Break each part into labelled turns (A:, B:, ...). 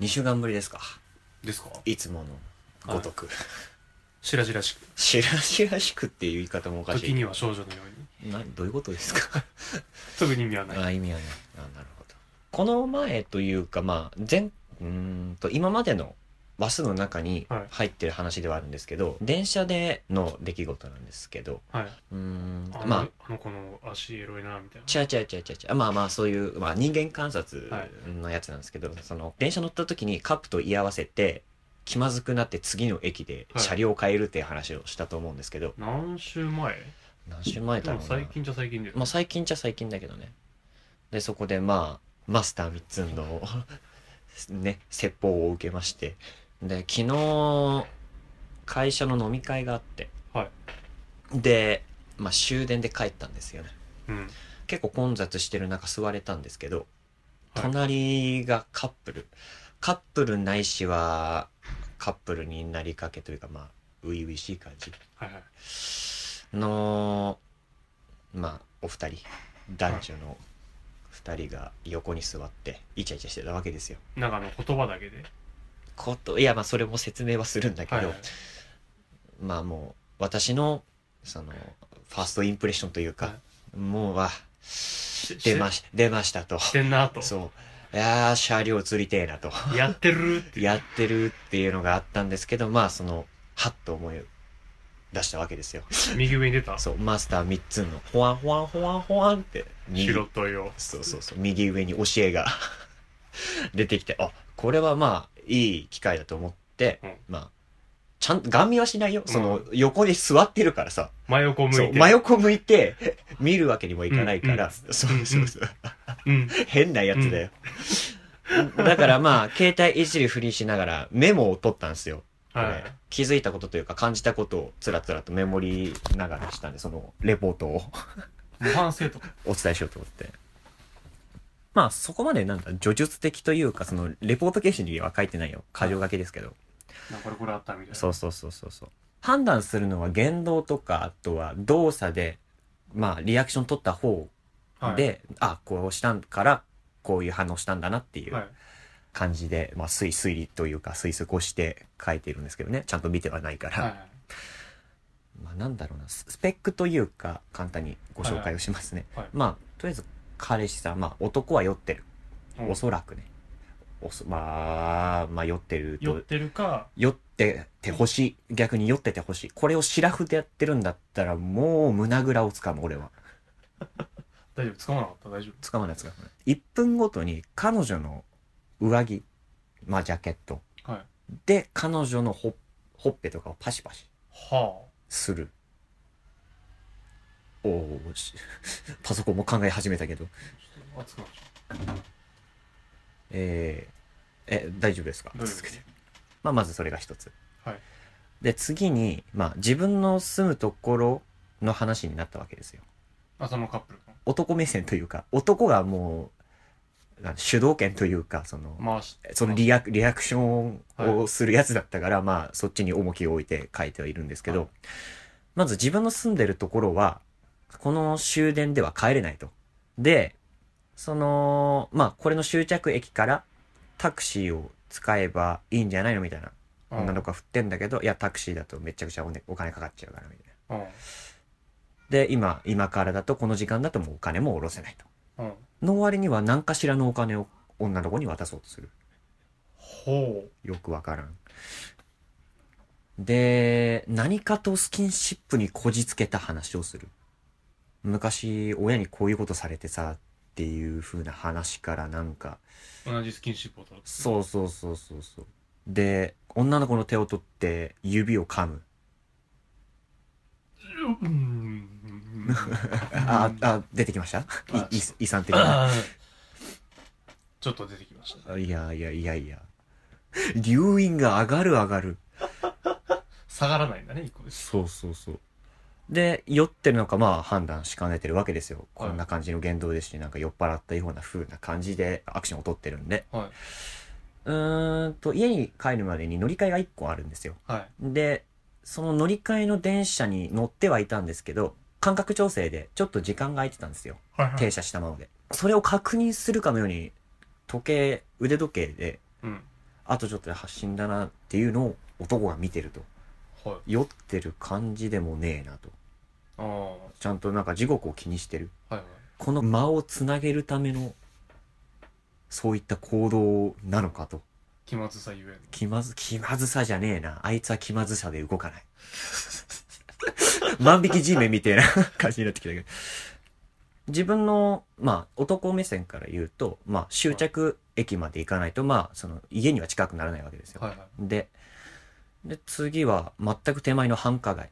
A: 2週間ぶりですか
B: ですか
A: いつものごとく、
B: しらじらしく。
A: しらしらしくっていう言い方もおかし
B: 時
A: い
B: には少女のように。
A: などういうことですか
B: 特に意味はない。
A: あ意 味はねあなるほどこの前というかまあ前うーんと今までの話数の中に
B: はい
A: 入ってる話ではあるんですけど、電車での出来事なんですけど
B: はい。
A: うーん
B: あの,、
A: まあ
B: あの子の足エロいな、みたいな。
A: ちゃうちゃうちゃうちゃうちゃうまあまあそういう、まあ、人間観察
B: はい
A: のやつなんですけど、その電車乗った時にカップと居合わせて気まずくなって次の駅で
B: はい
A: 車両を変えるっていう話をしたと思うんですけど、
B: 何週前
A: 何週前
B: で
A: だろ
B: も
A: うな
B: 最近じゃ最近で。
A: まあ最近じゃ最近だけどねでそこでまあマスター三つんの ね説法を受けましてで昨日会社の飲み会があって、
B: はい
A: で、まあ、終電で帰ったんですよね
B: うん。
A: 結構混雑してる中座れたんですけど、
B: はい
A: 隣がカップルカップルないしはカップルになりかけというかまあ初々しい感じ
B: はいはい。
A: のまあお二人男女の二人が横に座ってイチャイチャしてたわけですよ。
B: なんかあの言葉だけで。
A: こといやまあそれも説明はするんだけど、
B: はいはい。
A: まあもう私のそのファーストインプレッションというか、
B: は
A: もうあ
B: し
A: 出ま
B: し
A: し出ましたと。
B: てんなと。
A: そう。いやー、車両釣りてえなと。
B: やってるって。
A: やってるっていうのがあったんですけど、まあ、その、はっと思い出したわけですよ。
B: 右上に出た。
A: そう、マスター3つの、ほわんほわんほわんほわんって、右、
B: 白とよ。
A: そうそうそう、右上に教えが 出てきて、あ、これはまあ、いい機会だと思って、
B: うん
A: まあ、ちゃんと、ガン見はしないよ。その、横に座ってるからさ。
B: 真横向い
A: そう、
B: て。
A: 真横向いて、見るわけにもいかないから、そうそうそう。
B: うん。
A: 変なやつだよ。 だからまあ、携帯いじるふりしながらメモを取ったんですよ。
B: は
A: これ気づいたことというか感じたことをつらつらとメモりながらしたんで、そのレポートを
B: い。模範生とか。
A: お伝えしようと思って。まあ、そこまでなんだ、叙述的というか、その、レポート形式には書いてないよ。過剰書きですけど。
B: なんかこれこれあったみたいな。
A: そうそうそうそうそう。判断するのは言動とか、あとは動作で、まあ、リアクション取った方
B: はい。
A: で、あ、こうしたんから、こういう反応したんだなっていう。
B: はい。
A: 感じで、まあ、推推理というか推測をして書いてるんですけどねちゃんと見てはないから、
B: はいはい。
A: まあ、なんだろうなススペックというか簡単にご紹介をしますね、
B: はいはい
A: まあとりあえず彼氏さん、まあ、男は酔ってる
B: うん
A: おそらくねおそまあ、まあ、酔ってる
B: 寄っ
A: と
B: てるか、
A: 酔っててほしい逆に酔っててほしいこれをシラフでやってるんだったらもう胸ぐらをつかむ俺は
B: 大丈夫、捕まなかった大丈夫。
A: つかまないつかまない1分ごとに彼女の上着まあジャケット
B: はい。
A: で彼女のほほっぺとかをパシパシ
B: は
A: するおおし パソコンも考え始めたけど
B: あ。ちょっと熱くなっちゃ
A: えー、え大丈夫ですか
B: う。大丈
A: 続けてまあ、まずそれが一つ
B: 夫。はい。
A: で次に、まあ、自分の住むところの話になったわけですよ
B: あ、そのカップルの
A: 男目線というか男がもうなん主導権というかその、
B: 回し
A: そのリアクリアクションをするやつだったから、まあそっちに重きを置いて書いてはいるんですけど、
B: はい
A: まず自分の住んでるところは、この終電では帰れないと。で、その、まあこれの終着駅からタクシーを使えばいいんじゃないのみたいな。
B: うん
A: 女の子が振ってんだけど、いやタクシーだとめちゃくちゃお,、ね、お金かかっちゃうからみたいな。
B: うん。
A: で、今、今からだとこの時間だともうお金も下ろせないと。
B: うん。
A: の割には何かしらのお金を女の子に渡そうとする。
B: ほう。
A: よくわからん。で、何かとスキンシップにこじつけた話をする。昔、親にこういうことされてさ、っていう風な話からなんか、
B: 同じスキンシップを取る。
A: そうそうそうそうそう。で、女の子の手を取って指を噛む。
B: うんうん。
A: あ、あ、出てきました
B: あ
A: いい遺産的な。
B: あーちょっと出てきました。
A: いやいやいやいや。留飲が上がる上がる。
B: 下がらないんだね、一個です。
A: そうそうそう。で、酔ってるのか、まあ判断しかねてるわけですよ。こんな感じの言動ですし、なんか酔っ払ったような風な感じでアクションを取ってるんで。
B: は
A: うーんと、家に帰るまでに乗り換えが1個あるんですよ。
B: い。はい。
A: で、その乗り換えの電車に乗ってはいたんですけど、間隔調整でちょっと時間が空いてたんですよ。
B: はいはい。
A: 停車したままで。それを確認するかのように、時計、腕時計で、
B: うん。
A: あとちょっとで発信だなっていうのを男が見てると。
B: はい。
A: 酔ってる感じでもねえなと。
B: ああ、は
A: ちゃんとなんか時刻を気にしてる。
B: いはい。
A: この間をつなげるための、そういった行動なのかと。
B: 気まずさゆえの。
A: 気まず、気まずさじゃねえな。あいつは気まずさで動 かない。万引き G メンみたいな感じになってきたけど。自分の、まあ、男目線から言うと、まあ、終着駅まで行かないと、まあ、その、家には近くならないわけですよ。
B: はいはい。
A: で、で、次は、全く手前の繁華街。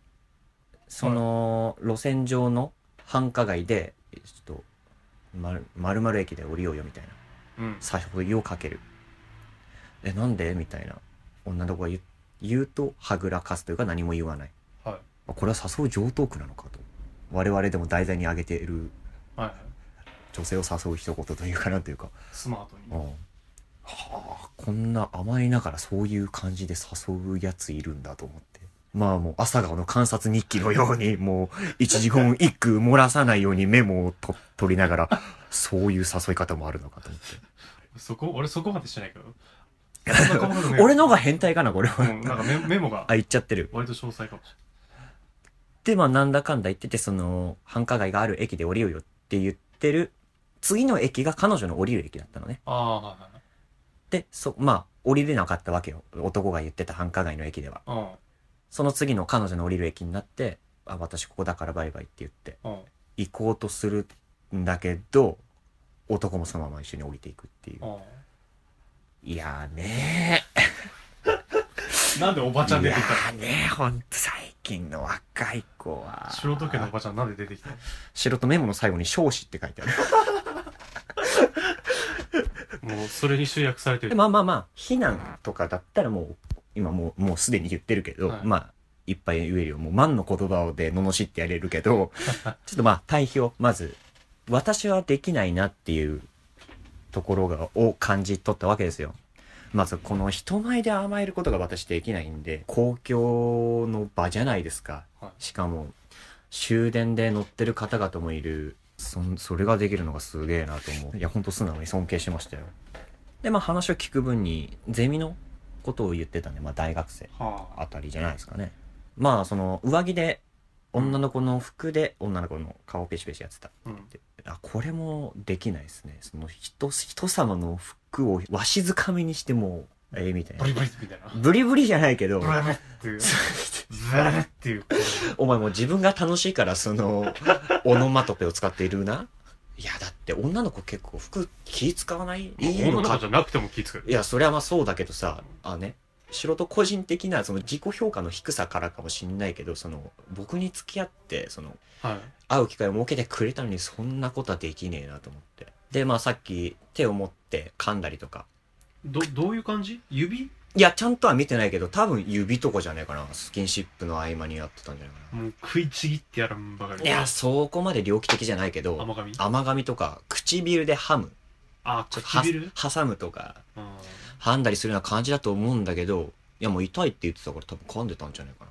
A: その、路線上の繁華街で、ちょっと、まる、まるまる駅で降りようよ、みたいな。
B: うん。
A: さほどをかける。え、なんでみたいな女の子が言う言うと、はぐらかすというか何も言わない。
B: はい。はい
A: あこれは誘う上等句なのかと。我々でも題材に挙げている
B: はい。
A: 女性を誘う一言というかなんというか。
B: スマートに。
A: うんはあ、こんな甘えながらそういう感じで誘うやついるんだと思って。まあもう朝顔の観察日記のように、 もう一時言一句漏らさないようにメモをと取りながら、そういう誘い方もあるのかと思って。
B: そこ、俺そこまでしてないけど。そんな細かくな い
A: 俺の方が変態かな、これは。
B: うんなんかメメモが
A: あ、言っちゃってる。
B: 割と詳細かもし
A: で、まあ、なんだかんだ言ってて、その、繁華街がある駅で降りようよって言ってる、次の駅が彼女の降りる駅だったのね。
B: れない。ああ、はいはい
A: で、そ、まあ、降りれなかったわけよ。男が言ってた繁華街の駅では。
B: はい。
A: その次の彼女の降りる駅になって、あ、私ここだからバイバイって言って、
B: うん。うん。
A: 行こうとするんだけど、男もそのまま一緒に降りていくっていう。
B: うん
A: いやーね
B: なんでおばちゃ
A: ー。
B: ん
A: い
B: 出
A: や
B: てきた
A: ーねー、ほんと最近の若い子は。
B: の白時計のおばちゃんなんで出てきたの
A: 白とメモの最後に少子って書いてある。
B: もうそれに集約されてる。
A: まあまあまあ、避難とかだったらもう、今もう、もうすでに言ってるけど、
B: はい
A: まあ、いっぱい言えるよ。もう万の言葉で罵ってやれるけ ど、ちょっとまあ、対比を、まず、私はできないなっていうところが、を感じ取ったわけですよ。まず、この人前で甘えることが私できないんで、公共の場じゃないですか。
B: はい
A: しかも、終電で乗ってる方々もいる。そん、それができるのがすげえなと 思う。いや、ほんと素直に尊敬しましたよ。で、まあ話を聞く分に、ゼミのことを言ってたんで、まあ大学生
B: はあ。
A: あたりじゃないですかね。まあその、上着で、女の子の服で女の子の顔をペシペシやってた。
B: うん。
A: あ、これもできないですね。その人、人様の服をわしづかみにしてもう、ええみたい
B: ブ
A: な
B: リ。ブリみたいな。
A: ブリブリじゃないけど
B: ブ、ラブラっていう。ブラブラっていう。こう
A: お前もう自分が楽しいからそ の、オノマトペを使っているな。いや、だって女の子結構服気使わないいい
B: 女
A: の
B: の
A: か
B: 子じゃなくても気ぃつける。
A: いや、それはまあそうだけどさ、あね、素人個人的なその自己評価の低さからかもしんないけど、その僕に付き合って、その
B: はい。
A: 会う機会を設けてくれたのにそんなことはできねえなと思って。で、まあさっき手を持って噛んだりとか。
B: ど、どういう感じ指
A: いや、ちゃんとは見てないけど、多分指とかじゃないかな。スキンシップの合間にやってたんじゃないか
B: もう食いちぎってやらんばかり。
A: な。いや、そこまで猟奇的じゃないけど、
B: 甘噛み
A: 甘噛みとか、唇でハム、
B: あ、
A: ちょっと
B: 唇
A: は挟むとか、
B: あ
A: はんだりするような感じだと思うんだけど、いやもう痛いって言ってたから多分噛んでたんじゃないかな。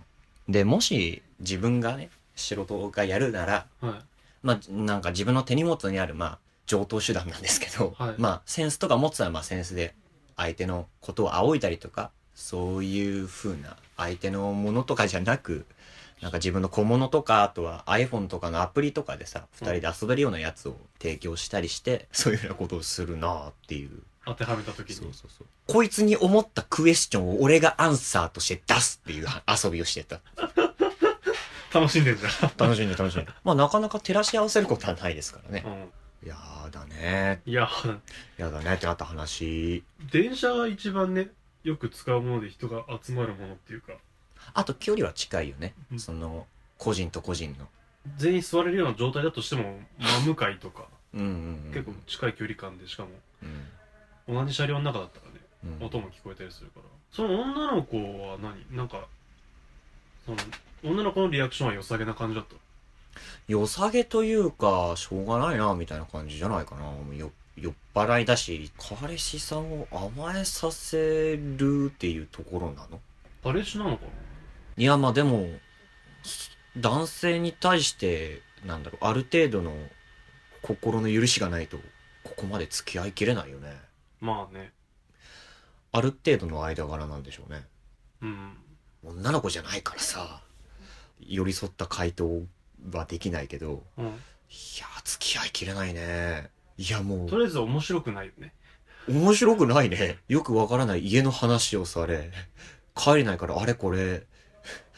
A: で、もし自分がね、仕事がやるなら、
B: ーはい。
A: まあなんか自分の手荷物にある、まあ上等手段なんですけ ど、
B: はい
A: まあセンスとか持つのはまあセンスで相手のことを仰いだりとか、そういう風な相手のものとかじゃなく、なんか自分の小物とか、あとは iPhone とかのアプリとかでさ、二人で遊べるようなやつを提供したりして、そういうようなことをするなあっていう
B: 当てはめた時
A: そう
B: に。
A: そうそう。こいつに思ったクエスチョンを俺がアンサーとして出すっていう遊びをしてた。
B: 楽しんでるじゃ
A: 楽しんで楽しんで。まあなかなか照らし合わせることはないですからね
B: ん。。うん。
A: いやーだね
B: いや、
A: やだねってなった話。
B: 電車が一番ね、よく使うもので人が集まるものっていうか、
A: あと距離は近いよね
B: う。ん
A: その、個人と個人の。
B: 全員座れるような状態だとしても、真向かいとか、
A: うんうん、うん。
B: 結構近い距離感で、しかも、
A: うん。
B: 同じ車両の中だったらね、
A: うん。
B: 音も聞こえたりするから。その女の子は何なんか、その、女の子のリアクションは良さげな感じだった。
A: 良さげというか、しょうがないな、みたいな感じじゃないかな。もうよ酔っ払いだし、彼氏さんを甘えさせるっていうところなの
B: 彼氏なのかない
A: や、まあでも、す男性に対して、なんだろう、ある程度の心の許しがないと、ここまで付き合いきれないよね。
B: まあね。
A: ある程度の間柄なんでしょうね。
B: うん。
A: 女の子じゃないからさ、寄り添った回答はできないけど、
B: うん。
A: いや、付き合いきれないね。いや、も
B: とりあえず面白くないよね。
A: う、面白くないね。よくわからない家の話をされ、帰れないからあれこれ、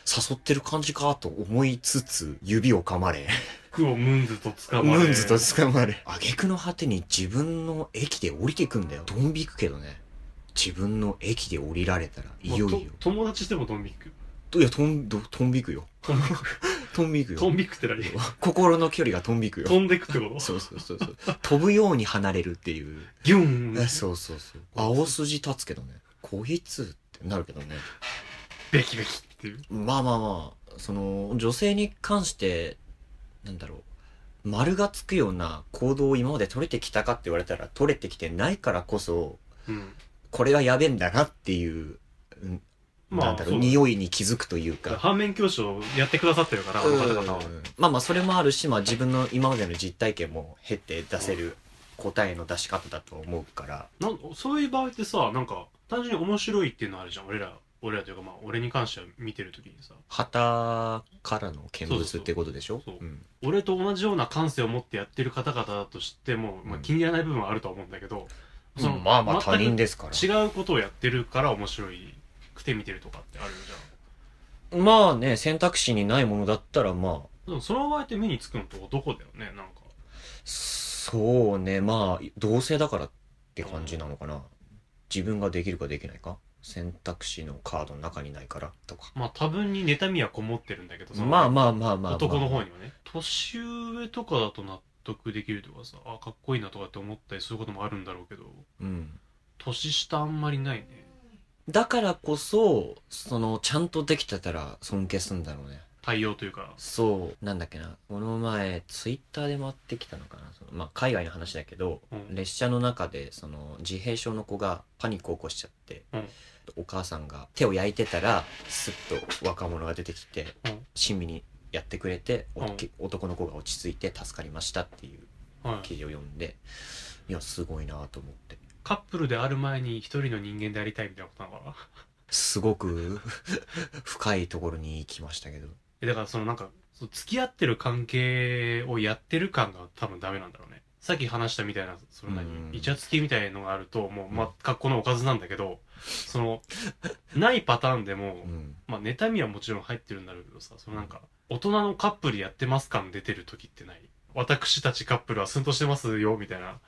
A: 誘ってる感じかと思いつつ、指を噛まれ、
B: 服をムンズと捕まれ。
A: ムンズと捕まれ。挙句の果てに自分の駅で降りてくんだよ。ドン引くけどね。自分の駅で降りられたら、い
B: まあ
A: よいよ。
B: と友達でもドンビック。
A: いや、とん、どとんびくよ。
B: ドンビック
A: とんびくよ。
B: ドンビックって何
A: 心の距離が飛んびくよ。
B: 飛んでくってこと
A: そうそうそうそう。 飛ぶように離れるっていう。
B: ギューン
A: そうそうそう。青筋立つけどね。こいつってなるけどね。
B: べきべきっていう。
A: まあまあまあ、その、女性に関して、なんだろう。丸がつくような行動を今まで取れてきたかって言われたら取れてきてないからこそ、
B: うん。
A: これはやべえんだなっていう、うん
B: まあ
A: なんだろ、
B: そうう
A: 匂いに気づくというか。
B: 反面教師をやってくださってるから、あの方々は。
A: うんまあまあそれもあるし、まあ、自分の今までの実体験も経て出せる答えの出し方だと思うから
B: なんそういう場合ってさ、なんか、単純に面白いっていうのあるじゃん。俺ら、俺らというか、まあ、俺に関しては見てるときにさ、
A: 旗からの見物ってことでしょ
B: そうそう
A: うん
B: 俺と同じような感性を持ってやってる方々だとしても、まあ、
A: うん
B: 気に入らない部分はあるとは思うんだけど、
A: うんまあまあ他人
B: で
A: ですから
B: 違うことをやってるから面白いくて見てるとかってあるじゃん。
A: まあね選択肢にないものだったらまあ
B: でもその場合って目につくのって男だよね、なんか。
A: そうねまあ同性だからって感じなのかな自分ができるかできないか選択肢のカードの中にないからとか
B: まあ多分に妬みはこもってるんだけどさ、
A: まあまあまあまあまあ
B: 男の方にはね。年上とかだと納得できるとかさ、あ、かっこいいなとかって思ったりすることもあるんだろうけど、
A: うん
B: 年下あんまりないね。
A: だからこそ、その、ちゃんとできてたら尊敬するんだろうね。
B: 対応というか、
A: そう、なんだっけな。この前、ツイッターで回ってきたのかな。そのまあ、海外の話だけど、
B: うん
A: 列車の中で、その、自閉症の子がパニックを起こしちゃって、
B: うん
A: お母さんが手を焼いてたら、スッと若者が出てきて、
B: うん
A: 親身にやってくれて、お
B: うん
A: け男の子が落ち着いて助かりましたっていう
B: はい、
A: 記事を読んで、いや、すごいなと思って。
B: カップルである前に一人の人間でありたいみたいなことなのかな
A: すごく 深いところに行きましたけど。
B: えだからそのなんかそう付き合ってる関係をやってる感が多分ダメなんだろうねさっき話したみたいなその
A: うん
B: 何イチャつきみたいのがあるともうま
A: う
B: あ格好のおかずなんだけどそのないパターンでも、
A: うん。
B: まあ妬みはもちろん入ってるんだろうけどさそのなんか大人のカップルやってます感出てる時ってない私たちカップルは寸としてますよみたいな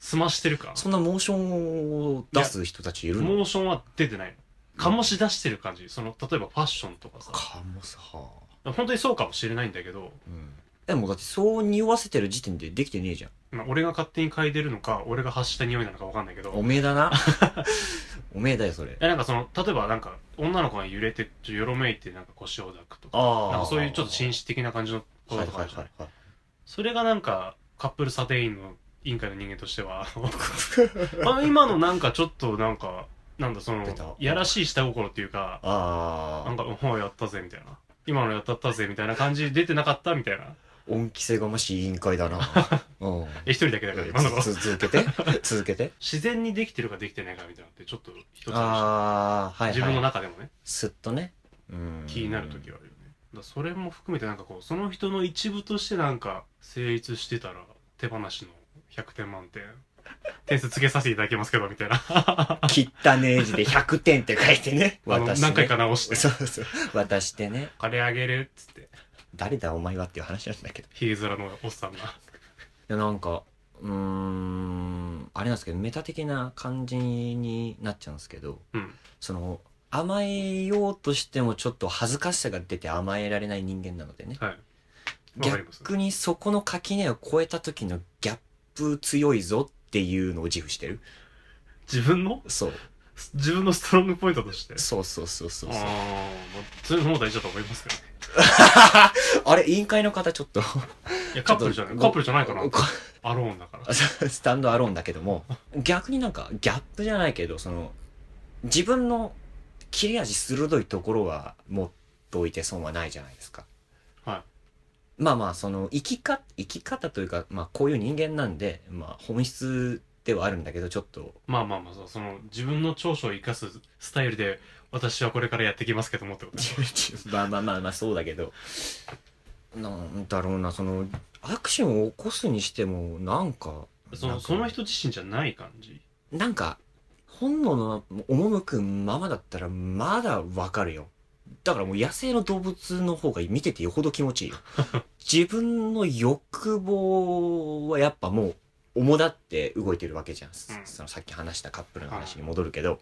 B: 済ましてるか
A: そんなモーションを出す人たちいるの
B: モーションは出てないの。醸し出してる感じ。その、例えばファッションとかさ。
A: かもさ、
B: 本当にそうかもしれないんだけど、
A: うん、でもだってそう匂わせてる時点でできてねえじゃん
B: まあ、俺が勝手に嗅いでるのか、俺が発した匂いなのかわかんないけど、
A: おめえだなおめえだよそれ
B: えなんかその、例えばなんか、女の子が揺れて、ちょっとよろめいてなんか腰を抱くとか、
A: あ
B: なんかそういうちょっと紳士的な感じの子
A: はい
B: とか
A: は
B: あ
A: い
B: るじゃな
A: はいいはい
B: それがなんか、カップル査定員の委員会の人間としては、あのあの今のなんかちょっとなんか、なんだそ
A: 出た
B: の、やらしい下心っていうか、
A: あ
B: なん
A: あ
B: か、うん、やったぜみたいな。今のやったったぜみたいな感じ出てなかったみたいな。
A: 恩着せがましい委員会だなうん
B: え、一人だけだから、今の
A: つ続けて続けて
B: 自然にできてるかできてないかみたいなのって、ちょっと一つの
A: ああはいはい
B: 自分の中でもね、
A: すっとねうん
B: 気になるときはあるよね。だからそれも含めてなんかこう、その人の一部としてなんか、成立してたら、手放しの100点満点、 点数つけさせていただきますけど、みた いな。
A: 汚ねえ字で100点って書いてね
B: あの
A: 渡してね
B: 何回か直して、
A: そうそう渡してね
B: あれあげるっつって、
A: 誰だお前はっていう話なんだけど
B: ヒゲ面のおっさんが。
A: いやなんかうーんあれなんですけどメタ的な感じになっちゃうんですけど
B: うん。
A: その甘えようとしてもちょっと恥ずかしさが出て甘えられない人間なのでね
B: はい。わかります。
A: 逆にそこの垣根を越えた時のギャップ強いぞっていうのを自負してる
B: 自分の
A: そう
B: 自分のストロングポイントとして。
A: そうそうそうそう
B: ああ
A: そう
B: ー、まあ、そういうのも大事だと思いますけどね。
A: あれ委員会の方ちょっと
B: いや、カップルじゃない、カップルじゃないかな。アローンだから。
A: スタンドアローンだけども、逆になんかギャップじゃないけど、その、自分の切れ味鋭いところは持っといて損はないじゃないですか。
B: はい。
A: まあまあ、その、生きか、生き方というか、まあこういう人間なんで、まあ本質ではあるんだけど、ちょっと、
B: まあまあまあそうその自分の長所を生かすスタイルで私はこれからやっていきますけどもってこと
A: まあまあまあまあそうだけどなんだろうなそのアクションを起こすにしてもなんか
B: そ
A: なん
B: の
A: か
B: その人自身じゃない感じ
A: なんか本能の赴くままだったらまだわかるよだからもう野生の動物の方が見ててよほど気持ちいいよ自分の欲望はやっぱもう主だって動いてるわけじゃん、そのさっき話したカップルの話に戻るけど、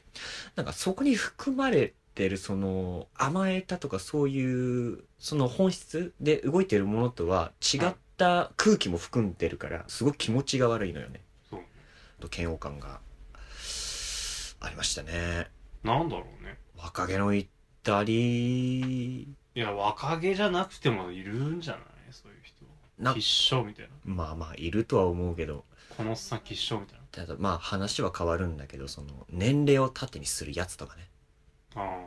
A: なんかそこに含まれてるその甘えたとかそういうその本質で動いてるものとは違った空気も含んでるからすごく気持ちが悪いのよね
B: そう
A: ちょっと嫌悪感がありましたね
B: なんだろうね
A: 若気の至り
B: いや若気じゃなくてもいるんじゃないそういう人
A: な
B: 必勝みたいな
A: まあまあいるとは思うけど
B: このおっさん必勝みたい
A: ただまあ話は変わるんだけどその年齢を盾にするやつとかね
B: なああ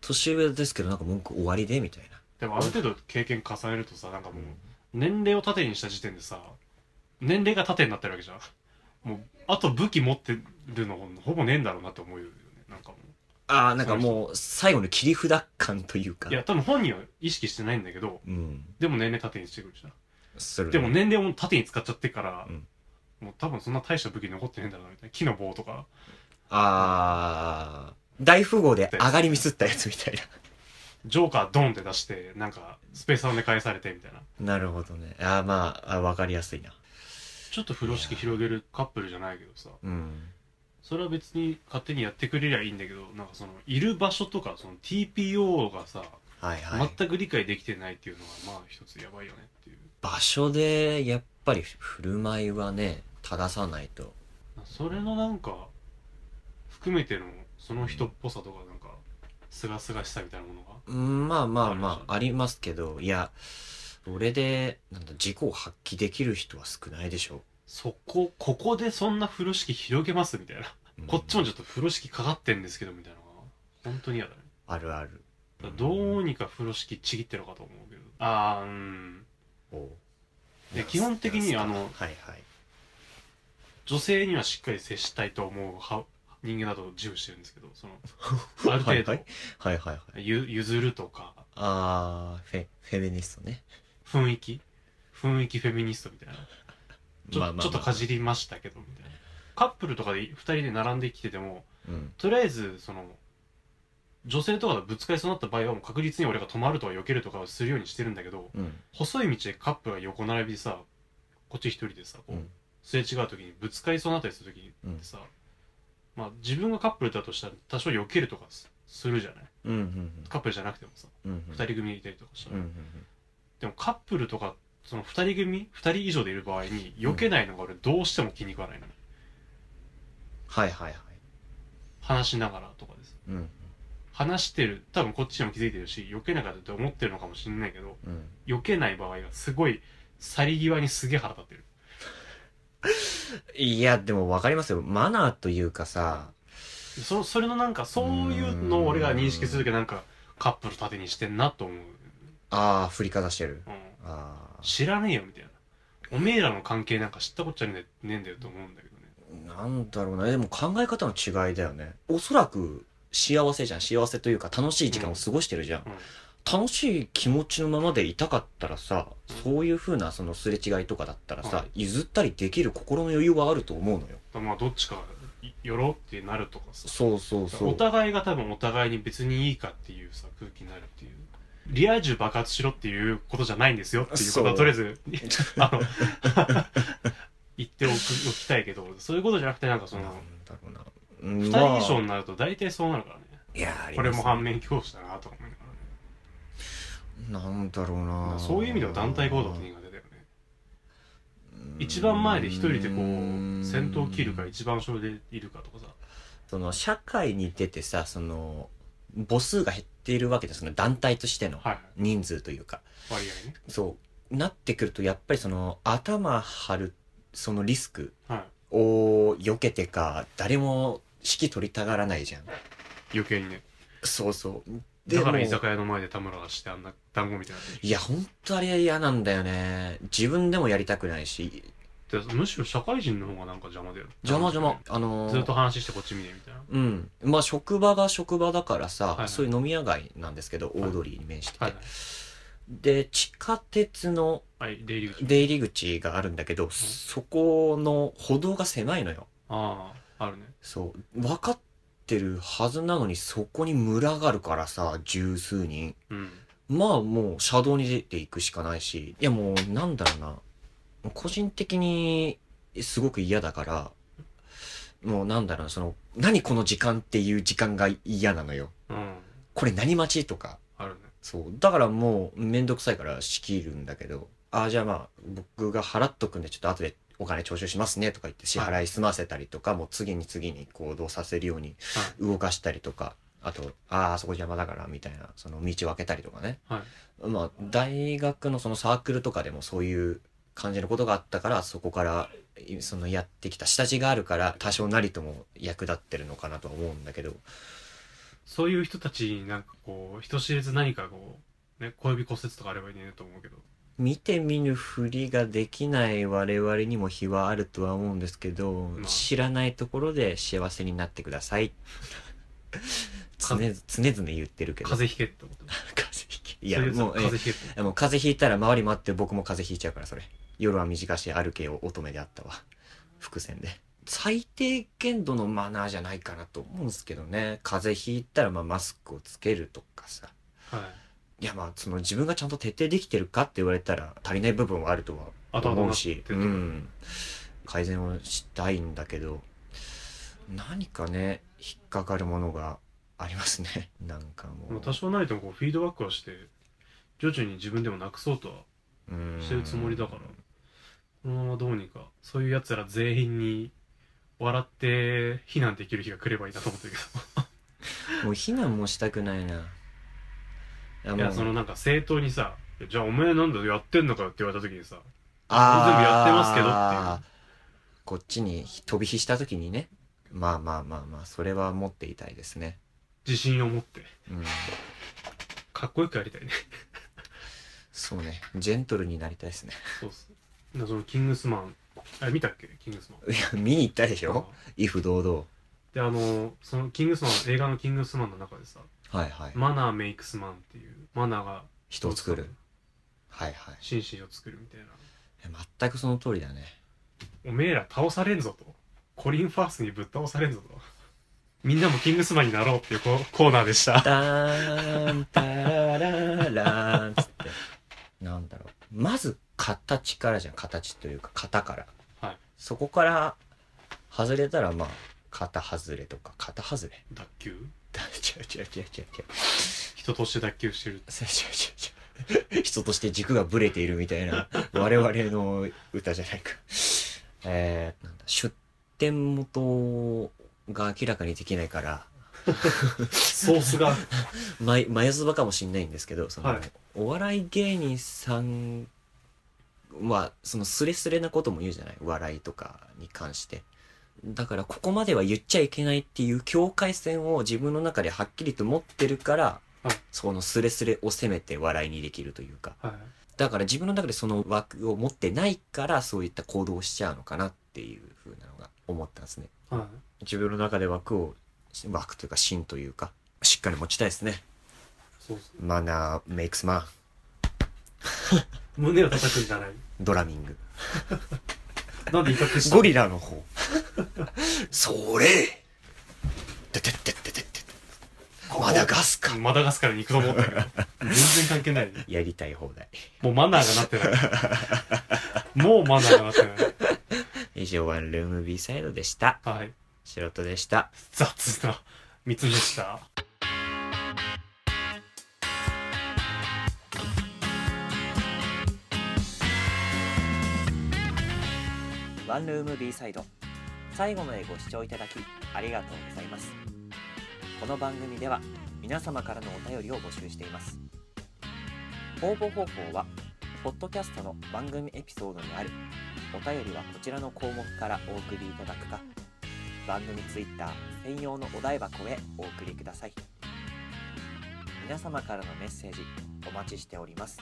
A: 年上ですけどなんか文句終わりでみたいな
B: でもある程度経験重ねるとさなんかもう年齢を盾にした時点でさ年齢が盾になってるわけじゃんもうあと武器持ってるのほぼねえんだろうなって思うよねなんかもう
A: ああなんかもう最後の切り札感というか
B: いや多分本人は意識してないんだけど
A: うん
B: でも年齢盾にしてくるじゃん
A: するね
B: でも年齢を縦に使っちゃってから、
A: うん
B: もう多分そんな大した武器残ってねえんだろうなみたいな木の棒とか
A: ああ大富豪で上がりミスったやつみたい
B: ジョーカードンって出してなんかスペースアンで返されてみたいな
A: ななるほどねああまああわかりやすいな
B: ちょっと風呂敷広げるカップルじゃないけどさ
A: うん
B: それは別に勝手にやってくれりゃいいんだけどなんかそのいる場所とかその TPO がさ、
A: はいはい
B: 全く理解できてないっていうのはまあ一つやばいよねっていう
A: 場所でやっぱり振る舞いはね正さないと
B: それのなんか含めてのその人っぽさとかなんかすがすがしさみたいなものが
A: うんまあまあまああ
B: あ
A: りますけどいやそれでなんだ自己を発揮できる人は少ないでしょ
B: そこここでそんな風呂敷広げますみたいな
A: う、うん
B: こっちもちょっと風呂敷かかってんですけどみたいなのが本当に嫌だね
A: あるある
B: だからどうにか風呂敷ちぎってるかと思うけどああうん
A: おう
B: で基本的にあの
A: はいはい
B: 女性にはしっかり接したいと思う派人間だと自負してるんですけどそ のある程度
A: はいはいはいはい
B: ゆ譲るとか
A: あーフェフェミニストね
B: 雰囲気雰囲気フェミニストみたいなちょ,、
A: まあまあまあ
B: ちょっとかじりましたけどみたいなカップルとかで2人で並んできてても
A: うん
B: とりあえずその女性とかとぶつかりそうになった場合はもう確実に俺が止まるとか避けるとかをするようにしてるんだけど
A: うん
B: 細い道でカップルが横並びでさこっち一人でさこう、
A: うん
B: すれ違う時にぶつかりそうになったりする時ってさ、まあ、自分がカップルだとしたら多少避けるとかすするじゃない
A: うんうん
B: カップルじゃなくてもさ
A: うんうん
B: 2人組でいたりとかした
A: うん
B: ら、
A: うん
B: でもカップルとかその2人組2人以上でいる場合に避けないのが俺どうしても気に食わないの、
A: はいはいはい
B: 話しながらとかです
A: うん
B: 話してる多分こっちにも気づいてるし避けなかったって思ってるのかもしれないけど
A: うん
B: 避けない場合がすごい去り際にすげえ腹立ってる
A: いやでもわかりますよマナーというかさ
B: そそれのなんかそういうのを俺が認識するけどなんかカップル盾にしてんなと思う、
A: ああ振りかざしてる
B: うん、
A: ああ
B: 知らねえよみたいなおめえらの関係なんか知ったこっちゃねえねえんだよと思うんだけどね
A: なんだろうな。でも考え方の違いだよね。おそらく幸せじゃん。幸せというか楽しい時間を過ごしてるじゃん。
B: うん
A: 楽しい気持ちのままでいたかったらさ、そういう風なそのすれ違いとかだったらさ、
B: うん
A: 譲ったりできる心の余裕はあると思うのよ。
B: だからまあどっちかいよろってなるとかさ
A: そうそうそ
B: お
A: う。
B: 互いが多分お互いに別にいいかっていうさ空気になるっていうリア充爆発しろっていうことじゃないんですよっていうこと
A: そう
B: はとり あえずあの 言っておくおきたいけどそういうことじゃなくてなんかそ
A: なん
B: の
A: だろうな。うん
B: 2
A: まあ
B: 人以上になると大体そうなるからね、
A: いや、あり
B: これも
A: ます
B: 反面教師だなとか思いながらね
A: なんだろう
B: ま
A: な。
B: あそういう意味では団体行動って苦手だよね一番前で一人でこう先頭を切るか
A: うん
B: 一番後ろでいるかとかさ
A: その社会に出てさ、その、母数が減っているわけで、その団体としての
B: はいはい
A: 人数というか。
B: 割合ね
A: そうなってくるとやっぱりその頭張るそのリスク
B: は
A: を避けてか誰も指揮取りたがらないじゃん
B: い余計にね
A: そうそう
B: だか
A: も
B: ら居酒屋の前でたむろがしてあんな団子みたいなの
A: いやほんとあれ嫌なんだよね自分でもやりたくないし
B: でむしろ社会人の方がなんか邪魔だよ
A: 邪魔邪魔。あのー
B: ずっと話してこっち見ねみたいな
A: うん。まあ、職場が職場だからさ、
B: いはい
A: そういう飲み屋街なんですけど、大通りに面してて、
B: はい
A: で、地下鉄の
B: はい出入り口
A: 出入り口があるんだけど、そこの歩道が狭いのよ。
B: あああるね
A: そう。分かってるはずなのに、そこに群がるからさ、十数人。
B: うん
A: まあもう車道に出ていくしかないし、いやもうなんだろうな。個人的にすごく嫌だから、もうなんだろうな、その、何この時間っていう時間が嫌なのよ。
B: うん
A: これ何待ちとか。
B: あるね
A: そう。だからもうめんどくさいから仕切るんだけど、ああ、じゃあまあ僕が払っとくんでちょっと後でお金徴収しますねとか言って支払い済ませたりとか、もう次に次に行動させるように動かしたりとか、あと、ああ、あそこ邪魔だからみたいな、その道を開けたりとかね。
B: はいはい
A: まあ、大学のそのサークルとかでもそういう感じのことがあったから、そこから、いそのやってきた下地があるから、多少なりとも役立ってるのかなとは思うんだけど、
B: そういう人たちになんかこう人知れず何かこうね小指骨折とかあればいいねと思うけど
A: 見て見ぬふりができない我々にも非はあるとは思うんですけど
B: ま、あ
A: 知らないところで幸せになってください。常
B: か
A: 々、常々言ってるけど。
B: 風邪ひけってこと
A: 風邪ひき。いや、
B: そううつ
A: もう、え
B: 風邪ひけって
A: いやもう風邪ひいたら周り回って僕も風邪ひいちゃうからそれ夜は短し歩けよ乙女であったわ伏線で最低限度のマナーじゃないかなと思うんですけどね風邪ひいたらまあマスクをつけるとかさ
B: はい
A: いやまあその自分がちゃんと徹底できてるかって言われたら足りない部分はあるとは
B: 後々
A: 思
B: な
A: う
B: って
A: し
B: って
A: う
B: る
A: ん改善をしたいんだけど何かね引っかかるものがありますねなんかも
B: まあ
A: う
B: 多少なりともこうフィードバックはして徐々に自分でもなくそうとは
A: うん
B: してるつもりだからこのままどうにかそういうやつら全員に笑って避難できる日が来ればいいなと思ってるけ
A: もう避難もしたくないな。あ
B: どいやそのなんか正当にさ「じゃあお前なんだやってんのかよ」って言われた時にさ全部やってますけどって
A: いう。こっちに飛び火した時にね。まあまあまあまあ、それは持っていたいですね。
B: 自信を持って
A: うん。
B: かっこよくやりたいね
A: そうね。ジェントルになりたいですね。
B: そうっすだからそのキングスマンあ見たっけキングスマン
A: いや、見に行ったでしょ威風堂々。
B: であのそのキングスマン映画のキングスマンの中でさ
A: はいはい。
B: マナーメイクスマンっていうマナーが
A: 人を作る。はいはい。
B: 心身を作るみたいな
A: 全くその通りだね。
B: おめえら倒されんぞとコリン・ファースにぶっ倒されんぞとみんなもキングスマンになろうっていうココーナーでした
A: ターン、タラララーンつって。なんだろう。まず、形からじゃん。形というか、型から。
B: はい
A: そこから、外れたら、まあ、型外れとか、型外れ。
B: 脱臼
A: 違う違う違う違う違う。違う違う違う
B: 人として脱臼してる
A: 違う。 人として軸がぶれているみたいな、我々の歌じゃないか。えー、なんだ、出典元が明らかにできないから、
B: ソースが
A: ま、前ズばかもしんないんですけど、その、
B: はい
A: お笑い芸人さんは、そのスレスレなことも言うじゃない笑いとかに関して。だから、ここまでは言っちゃいけないっていう境界線を自分の中ではっきりと持ってるから、
B: はい
A: そのスレスレを攻めて笑いにできるというか。
B: はい
A: だから自分の中でその枠を持ってないから、そういった行動をしちゃうのかなっていうふうなのが思ったんですね。
B: はい
A: 自分の中で枠を、枠というか芯というか、しっかり持ちたいですね。
B: そうっす
A: マナーメイクスマン
B: 胸を叩くんじゃない
A: ドラミング
B: なんで威嚇した
A: ゴリラの 方それててててててマダガスカ
B: マダガスカルに行くと思ったけど 全然関係ない
A: やりたい放題
B: もうマナーがなってない もうマナーがなってない
A: 以上ワンルーム B サイドでした
B: はい
A: 素人でした
B: 雑な3つでした
A: ワンルーム B サイド最後までご視聴いただきありがとうございますこの番組では皆様からのお便りを募集しています応募方法はポッドキャストの番組エピソードにあるお便りはこちらの項目からお送りいただくか番組ツイッター専用のお題箱へお送りください皆様からのメッセージお待ちしております